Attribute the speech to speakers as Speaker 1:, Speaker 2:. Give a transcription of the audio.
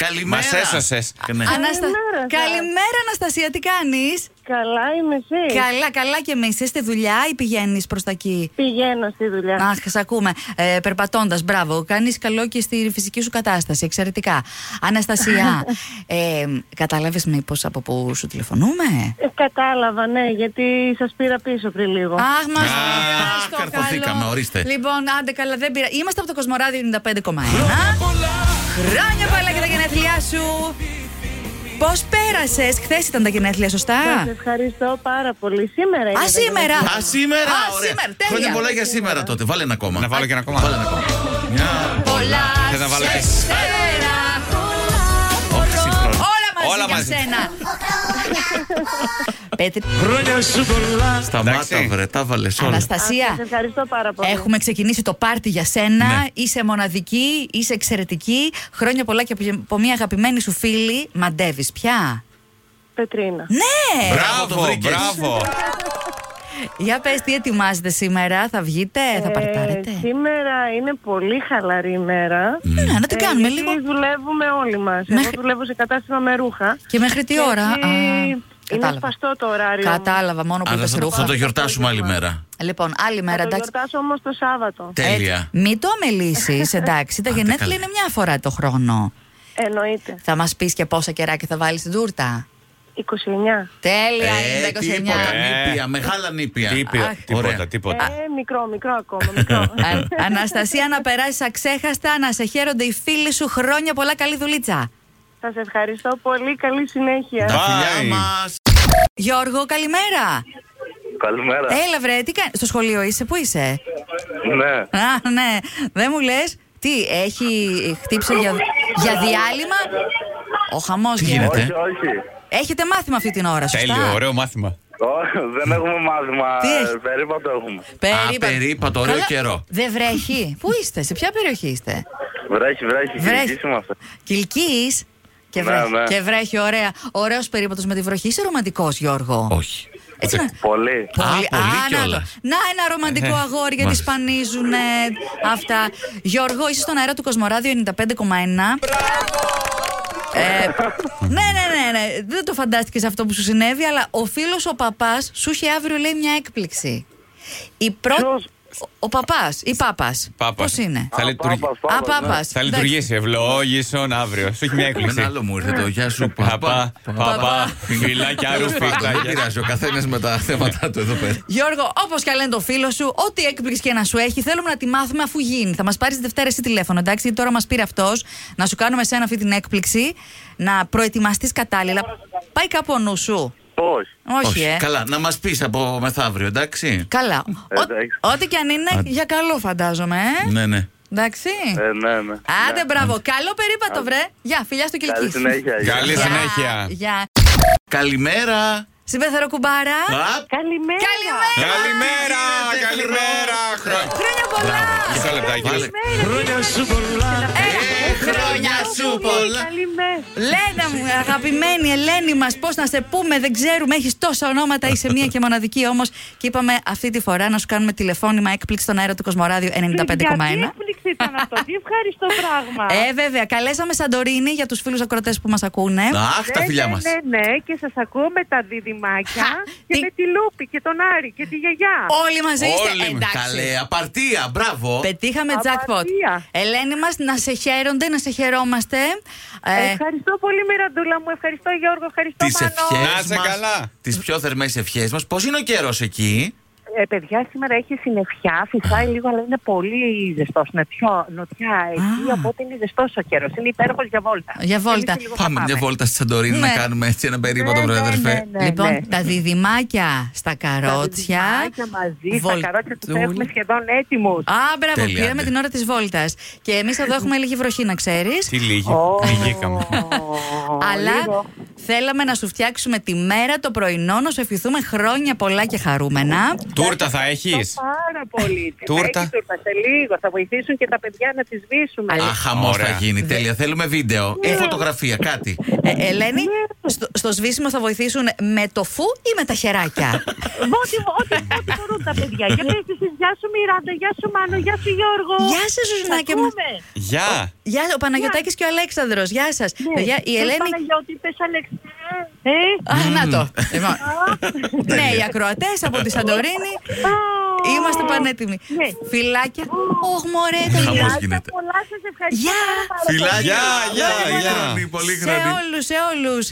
Speaker 1: Καλημέρα.
Speaker 2: Μας έσωσε.
Speaker 1: Ναι.
Speaker 3: Αναστα...
Speaker 4: Καλημέρα σας.
Speaker 3: Καλημέρα, Αναστασία, τι κάνεις.
Speaker 4: Καλά είμαι εσύ.
Speaker 3: Καλά, καλά και εμείς. Είσαι στη δουλειά ή πηγαίνεις προς τα εκεί.
Speaker 4: Πηγαίνω στη δουλειά.
Speaker 3: Αχ, σε ακούμε. Ε, Περπατώντας, μπράβο. Κάνεις καλό και στη φυσική σου κατάσταση. Εξαιρετικά. Αναστασία, ε, κατάλαβες μήπω από πού σου τηλεφωνούμε.
Speaker 4: Ε, κατάλαβα, ναι, γιατί σας πήρα πίσω πριν λίγο.
Speaker 3: Αχ, μας
Speaker 1: Α, καρποθήκαμε, ορίστε.
Speaker 3: Λοιπόν, άντε καλά, δεν πήρα. Είμαστε από το Κοσμοράδιο 95,1.
Speaker 1: Χρόνια πολλά.
Speaker 3: Χρόνια πολλά για τα γενέθλιά σου. Πώς πέρασες, χθες ήταν τα γενέθλια, σωστά.
Speaker 4: Σας ευχαριστώ πάρα πολύ. Σήμερα είναι.
Speaker 3: Α, σήμερα.
Speaker 1: Α, σήμερα!
Speaker 3: Α,
Speaker 1: ωραία.
Speaker 3: σήμερα,
Speaker 1: Χρόνια
Speaker 3: τέλεια.
Speaker 1: πολλά για σήμερα τότε. Βάλε ένα ακόμα.
Speaker 2: Να βάλω και ένα ακόμα.
Speaker 1: Βάλε ένα ακόμα. Μια.
Speaker 3: Πολλά
Speaker 2: Θες να βάλω
Speaker 3: σε
Speaker 2: και-
Speaker 3: σένα.
Speaker 1: Όχι, συγχρόνως.
Speaker 3: Όλα μαζί
Speaker 2: Όλα
Speaker 3: για
Speaker 2: μαζί.
Speaker 3: σένα. Πέτρι,
Speaker 1: Σταμάτα,
Speaker 2: Εντάξει.
Speaker 1: βρε, τα βάλες όλα.
Speaker 4: Σας
Speaker 3: Αναστασία.
Speaker 4: ευχαριστώ πάρα πολύ.
Speaker 3: Έχουμε ξεκινήσει το πάρτι για σένα.
Speaker 1: Ναι.
Speaker 3: Είσαι μοναδική, είσαι εξαιρετική. Χρόνια πολλά και από μια αγαπημένη σου φίλη. Μαντεύεις πια.
Speaker 4: Πετρίνα.
Speaker 3: Ναι!
Speaker 1: Μπράβο, το
Speaker 2: Μπράβο,
Speaker 1: βρήκες.
Speaker 2: μπράβο.
Speaker 3: Για πες, τι ετοιμάζετε σήμερα, θα βγείτε, θα παρτάρετε.
Speaker 4: Ε, σήμερα είναι πολύ χαλαρή ημέρα.
Speaker 3: Ναι, να την
Speaker 4: Ε,
Speaker 3: κάνουμε
Speaker 4: γιατί
Speaker 3: λίγο.
Speaker 4: δουλεύουμε όλοι μας.
Speaker 3: Μέχρι-
Speaker 4: Εγώ δουλεύω σε κατάστημα με ρούχα.
Speaker 3: Και μέχρι τι ώρα.
Speaker 4: Γιατί
Speaker 3: α,
Speaker 4: Είναι
Speaker 3: κατάλαβα.
Speaker 4: σπαστό το ωράριο.
Speaker 3: Κατάλαβα, μόνο που
Speaker 1: Αλλά
Speaker 3: είπες
Speaker 1: θα το,
Speaker 3: ρούχα.
Speaker 1: θα το γιορτάσουμε άλλη μέρα.
Speaker 3: Λοιπόν, άλλη
Speaker 4: Θα
Speaker 3: μέρα,
Speaker 4: το
Speaker 3: εντάξει.
Speaker 4: γιορτάσω όμως το Σάββατο.
Speaker 1: Τέλεια.
Speaker 3: Ε, μην το αμελήσεις, εντάξει. Τα
Speaker 1: Άντε,
Speaker 3: γενέθλια
Speaker 1: καλά.
Speaker 3: είναι μια φορά το χρόνο.
Speaker 4: Εννοείται.
Speaker 3: Θα μας πεις και πόσα κεράκια θα βάλεις στην τούρτα.
Speaker 4: 29.
Speaker 3: Τέλεια,
Speaker 1: Ε,
Speaker 3: είναι τα 29.
Speaker 1: τίποτα,
Speaker 2: Ε.
Speaker 1: νήπια, μεγάλα νήπια.
Speaker 2: Τίπιο-
Speaker 1: Ωραία.
Speaker 2: Τίποτα, τίποτα.
Speaker 4: Ε, μικρό, μικρό ακόμα, μικρό.
Speaker 3: Α- Αναστασία, να περάσεις αξέχαστα, να σε χαίρονται οι φίλοι σου χρόνια πολλά. Καλή δουλίτσα.
Speaker 4: Σας ευχαριστώ πολύ. Καλή συνέχεια.
Speaker 1: Τα
Speaker 2: Bye.
Speaker 1: φιλιά μας.
Speaker 3: Γιώργο, καλημέρα.
Speaker 5: Καλημέρα.
Speaker 3: Έλα, βρε, τι κάνεις, Στο σχολείο είσαι, πού είσαι.
Speaker 5: Ναι.
Speaker 3: Α, ναι. Δεν μου λες. Τι, έχει χτύψει για, για διάλειμμα. Ο χαμός
Speaker 1: Τι γίνεται?
Speaker 5: Όχι, όχι.
Speaker 3: Έχετε μάθημα αυτή την ώρα, σωστά.
Speaker 2: Τέλειο, ωραίο μάθημα.
Speaker 5: Ω, δεν έχουμε μάθημα.
Speaker 3: Τι έχει?
Speaker 5: ε, Περίπατο έχουμε.
Speaker 3: Περίπα...
Speaker 1: Α, περίπατο, ωραίο
Speaker 3: Καλά,
Speaker 1: καιρό.
Speaker 3: Δεν βρέχει. Πού είστε, σε ποια περιοχή είστε.
Speaker 5: Βρέχει, βρέχει. Κυλικήσει είμαστε.
Speaker 3: Κυλκής. Και
Speaker 5: Ναι,
Speaker 3: βρέχει.
Speaker 5: ναι.
Speaker 3: Και βρέχει, ωραία. Ωραίος περίπατος με τη βροχή. Είσαι ρομαντικός, Γιώργο.
Speaker 1: Όχι.
Speaker 3: Έτσι, να...
Speaker 5: Πολύ.
Speaker 1: Α, πολύ
Speaker 3: να το.
Speaker 1: κιόλας. Ε-ε.
Speaker 3: να, ένα ρομαντικό
Speaker 2: Ε,
Speaker 3: αγόρι γιατί
Speaker 1: μάλιστα.
Speaker 3: σπανίζουν αυτά. Γιώργο, είσαι στον αέρα του Κοσμοράδιο 95,1. Ε, ναι, ναι, ναι, ναι. Δεν το φαντάστηκες αυτό που σου συνέβη, αλλά ο φίλος ο παπάς σου είχε αύριο λέει μια έκπληξη. Η πρώτη.
Speaker 5: Ποιος?
Speaker 3: Ο, ο παπάς ή πάπας. Πώ
Speaker 2: Πάπας.
Speaker 3: είναι.
Speaker 2: Θα
Speaker 5: Α,
Speaker 2: λειτουργεί.
Speaker 5: πάπας,
Speaker 3: Α,
Speaker 5: πάπας, ναι.
Speaker 3: πάπας.
Speaker 2: Θα λειτουργήσει. Ευλόγησον αύριο. Σου έχει μια
Speaker 1: Με ένα
Speaker 2: έκπληξη.
Speaker 1: άλλο μου ήρθε το γεια σου,
Speaker 2: Παπά,
Speaker 1: παπά.
Speaker 2: παπά, φιλάκια,
Speaker 1: Τέλος πάντων, Δεν
Speaker 2: ρουφιλάκια.
Speaker 1: πειράζει, ο καθένας με τα θέματα του εδώ πέρα.
Speaker 3: Γιώργο, όπως και λένε το φίλο σου, ό,τι έκπληξη και να σου έχει, θέλουμε να τη μάθουμε αφού γίνει. Θα μας πάρεις τη Δευτέρα εσύ τηλέφωνο, εντάξει, γιατί τώρα μας πήρε αυτός να σου κάνουμε εσένα αυτή την έκπληξη, να προετοιμαστείς κατάλληλα. Πάει κάπου ο νου σου.
Speaker 5: Όχι.
Speaker 3: Όχι, ε.
Speaker 1: Καλά, να μας πεις από μεθαύριο, εντάξει.
Speaker 3: Καλά. Ό-
Speaker 5: Εντάξει.
Speaker 3: Ό,τι και αν είναι, για καλό φαντάζομαι, ε.
Speaker 1: Ναι, ναι.
Speaker 3: Εντάξει.
Speaker 5: Ε, ναι, ναι.
Speaker 3: Άντε, μπράβο. Καλό περίπατο, βρε. Γεια, φιλιά στο κυλκί.
Speaker 5: Καλή συνέχεια. γεια.
Speaker 2: Καλή
Speaker 3: Γεια,
Speaker 2: συνέχεια.
Speaker 3: Γεια.
Speaker 1: Καλημέρα.
Speaker 3: Συμπέθερο κουμπάρα.
Speaker 1: Α,
Speaker 4: Καλημέρα.
Speaker 3: Καλημέρα.
Speaker 2: Καλημέρα,
Speaker 1: γίνεται,
Speaker 2: καλημέρα. χρό-
Speaker 3: Χρόνια πολλά.
Speaker 2: Μισό λεπτάκι.
Speaker 1: Βάλε.
Speaker 3: Ε,
Speaker 1: Χρόνια σου πολλά.
Speaker 4: Καλημέρα.
Speaker 3: Λένα μου, αγαπημένη Ελένη μας, πώς να σε πούμε, δεν ξέρουμε, έχεις τόσα ονόματα, είσαι μία και μοναδική όμως. Και είπαμε αυτή τη φορά να σου κάνουμε τηλεφώνημα έκπληξη στον αέρα του Κοσμοράδιο 95,1.
Speaker 6: Γιατί έκπληξη ήταν αυτό, τι ευχάριστο πράγμα.
Speaker 3: Ε, βέβαια, καλέσαμε Σαντορίνη για τους φίλους ακροτέ που μας ακούνε.
Speaker 1: Αχ, τα
Speaker 6: Ναι,
Speaker 1: φιλιά
Speaker 6: ναι,
Speaker 1: μας.
Speaker 4: Ε,
Speaker 6: Ναι, ναι, και σας ακούω με τα διδυμάκια
Speaker 3: Χα,
Speaker 6: και
Speaker 3: τι-
Speaker 6: με τη Λούπη και τον Άρη και τη γιαγιά.
Speaker 3: Όλοι μαζί είστε ε,
Speaker 2: Όλοι,
Speaker 3: εντάξει.
Speaker 1: Καλέ, απαρτία, μπράβο.
Speaker 3: Πετύχαμε jackpot.
Speaker 6: Απαρτία.
Speaker 3: Ελένη μας, να σε χαίρονται, να σε χαιρόμαστε. Ε,
Speaker 6: Ευχαριστώ πολύ Μιραντούλα μου, ευχαριστώ Γιώργο, ευχαριστώ
Speaker 1: Τις
Speaker 6: Μάνο.
Speaker 1: ευχές.
Speaker 2: Να σε καλά.
Speaker 1: Τις πιο θερμές ευχές μας. Πώς είναι ο καιρός εκεί,
Speaker 6: Ε, παιδιά, σήμερα έχει συννεφιά, φυσάει λίγο, αλλά είναι πολύ ζεστός, είναι πιο νοτιά εκεί,
Speaker 3: Α.
Speaker 6: οπότε είναι ζεστός ο καιρός, είναι υπέροχος για βόλτα.
Speaker 3: Για βόλτα.
Speaker 6: Εμείς λίγο θα
Speaker 1: Πάμε μια βόλτα στη Σαντορίνη
Speaker 3: Ναι.
Speaker 1: να κάνουμε έτσι ένα περίπατο,
Speaker 6: Ναι,
Speaker 1: βρε
Speaker 6: ναι,
Speaker 1: αδερφέ.
Speaker 6: ναι, ναι.
Speaker 3: λοιπόν, τα διδυμάκια στα καρότσια.
Speaker 6: Τα διδυμάκια μαζί, στα
Speaker 3: βολτούλη.
Speaker 6: καρότσια τους έχουμε σχεδόν έτοιμους.
Speaker 3: Α, μπράβο,
Speaker 1: Τέλεια, ναι.
Speaker 3: πήραμε
Speaker 1: άντε.
Speaker 3: την ώρα της βόλτας. Και εμείς εδώ έχουμε λίγη βροχή, να ξέρεις.
Speaker 2: Τι λίγη.
Speaker 6: Ω,
Speaker 2: Λυγήκαμε.
Speaker 3: Αλλά
Speaker 6: λίγο.
Speaker 3: θέλαμε να σου φτιάξουμε τη μέρα το πρωινό, να σου ευχηθούμε χρόνια πολλά και χαρούμενα.
Speaker 2: Τούρτα θα έχεις.
Speaker 6: Πάρα Πάρα πολύ. Τι θα
Speaker 2: Τούρτα.
Speaker 6: έχει τούρτα σε λίγο. Θα βοηθήσουν και τα παιδιά να τη σβήσουμε.
Speaker 3: Αλήθεια.
Speaker 1: Α, χαμός θα
Speaker 2: Ωραία.
Speaker 1: γίνει. Τέλεια. Θέλουμε βίντεο
Speaker 3: Ναι.
Speaker 1: ή φωτογραφία, κάτι.
Speaker 3: Ε, Ελένη, στο, στο σβήσιμο θα βοηθήσουν με το φου ή με τα χεράκια.
Speaker 4: Ό,τι ό,τι- ό,τι μπορούν τα παιδιά. Για πες εσείς, γεια σου Μιράντα, γιά σου Μάνο, γεια σου Γιώργο.
Speaker 3: Γεια σας, Ζουζουνάκια μου.
Speaker 4: Ακούμε.
Speaker 2: Γεια.
Speaker 3: Γεια, ο Παναγιωτάκης και ο Αλέξανδρος. Ναι. Γεια σας. Παιδιά, η
Speaker 4: Πες
Speaker 3: Ελένη...
Speaker 4: Παναγιώτη, πες Αλέξη. Ε,
Speaker 3: Α, να το. Λοιπόν. ναι, οι ακροατές από τη Σαντορίνη. Είμαστε πανέτοιμοι. Φιλάκια. Ωχ, μωρέ, τα
Speaker 1: Χαμός
Speaker 3: γεια.
Speaker 1: γίνεται.
Speaker 4: πολλά σας ευχαριστώ.
Speaker 3: Γεια
Speaker 2: Φιλάκια. Γεια, γεια, γεια.
Speaker 1: Πολύ
Speaker 3: σε
Speaker 1: γρανή.
Speaker 3: όλους, σε όλους.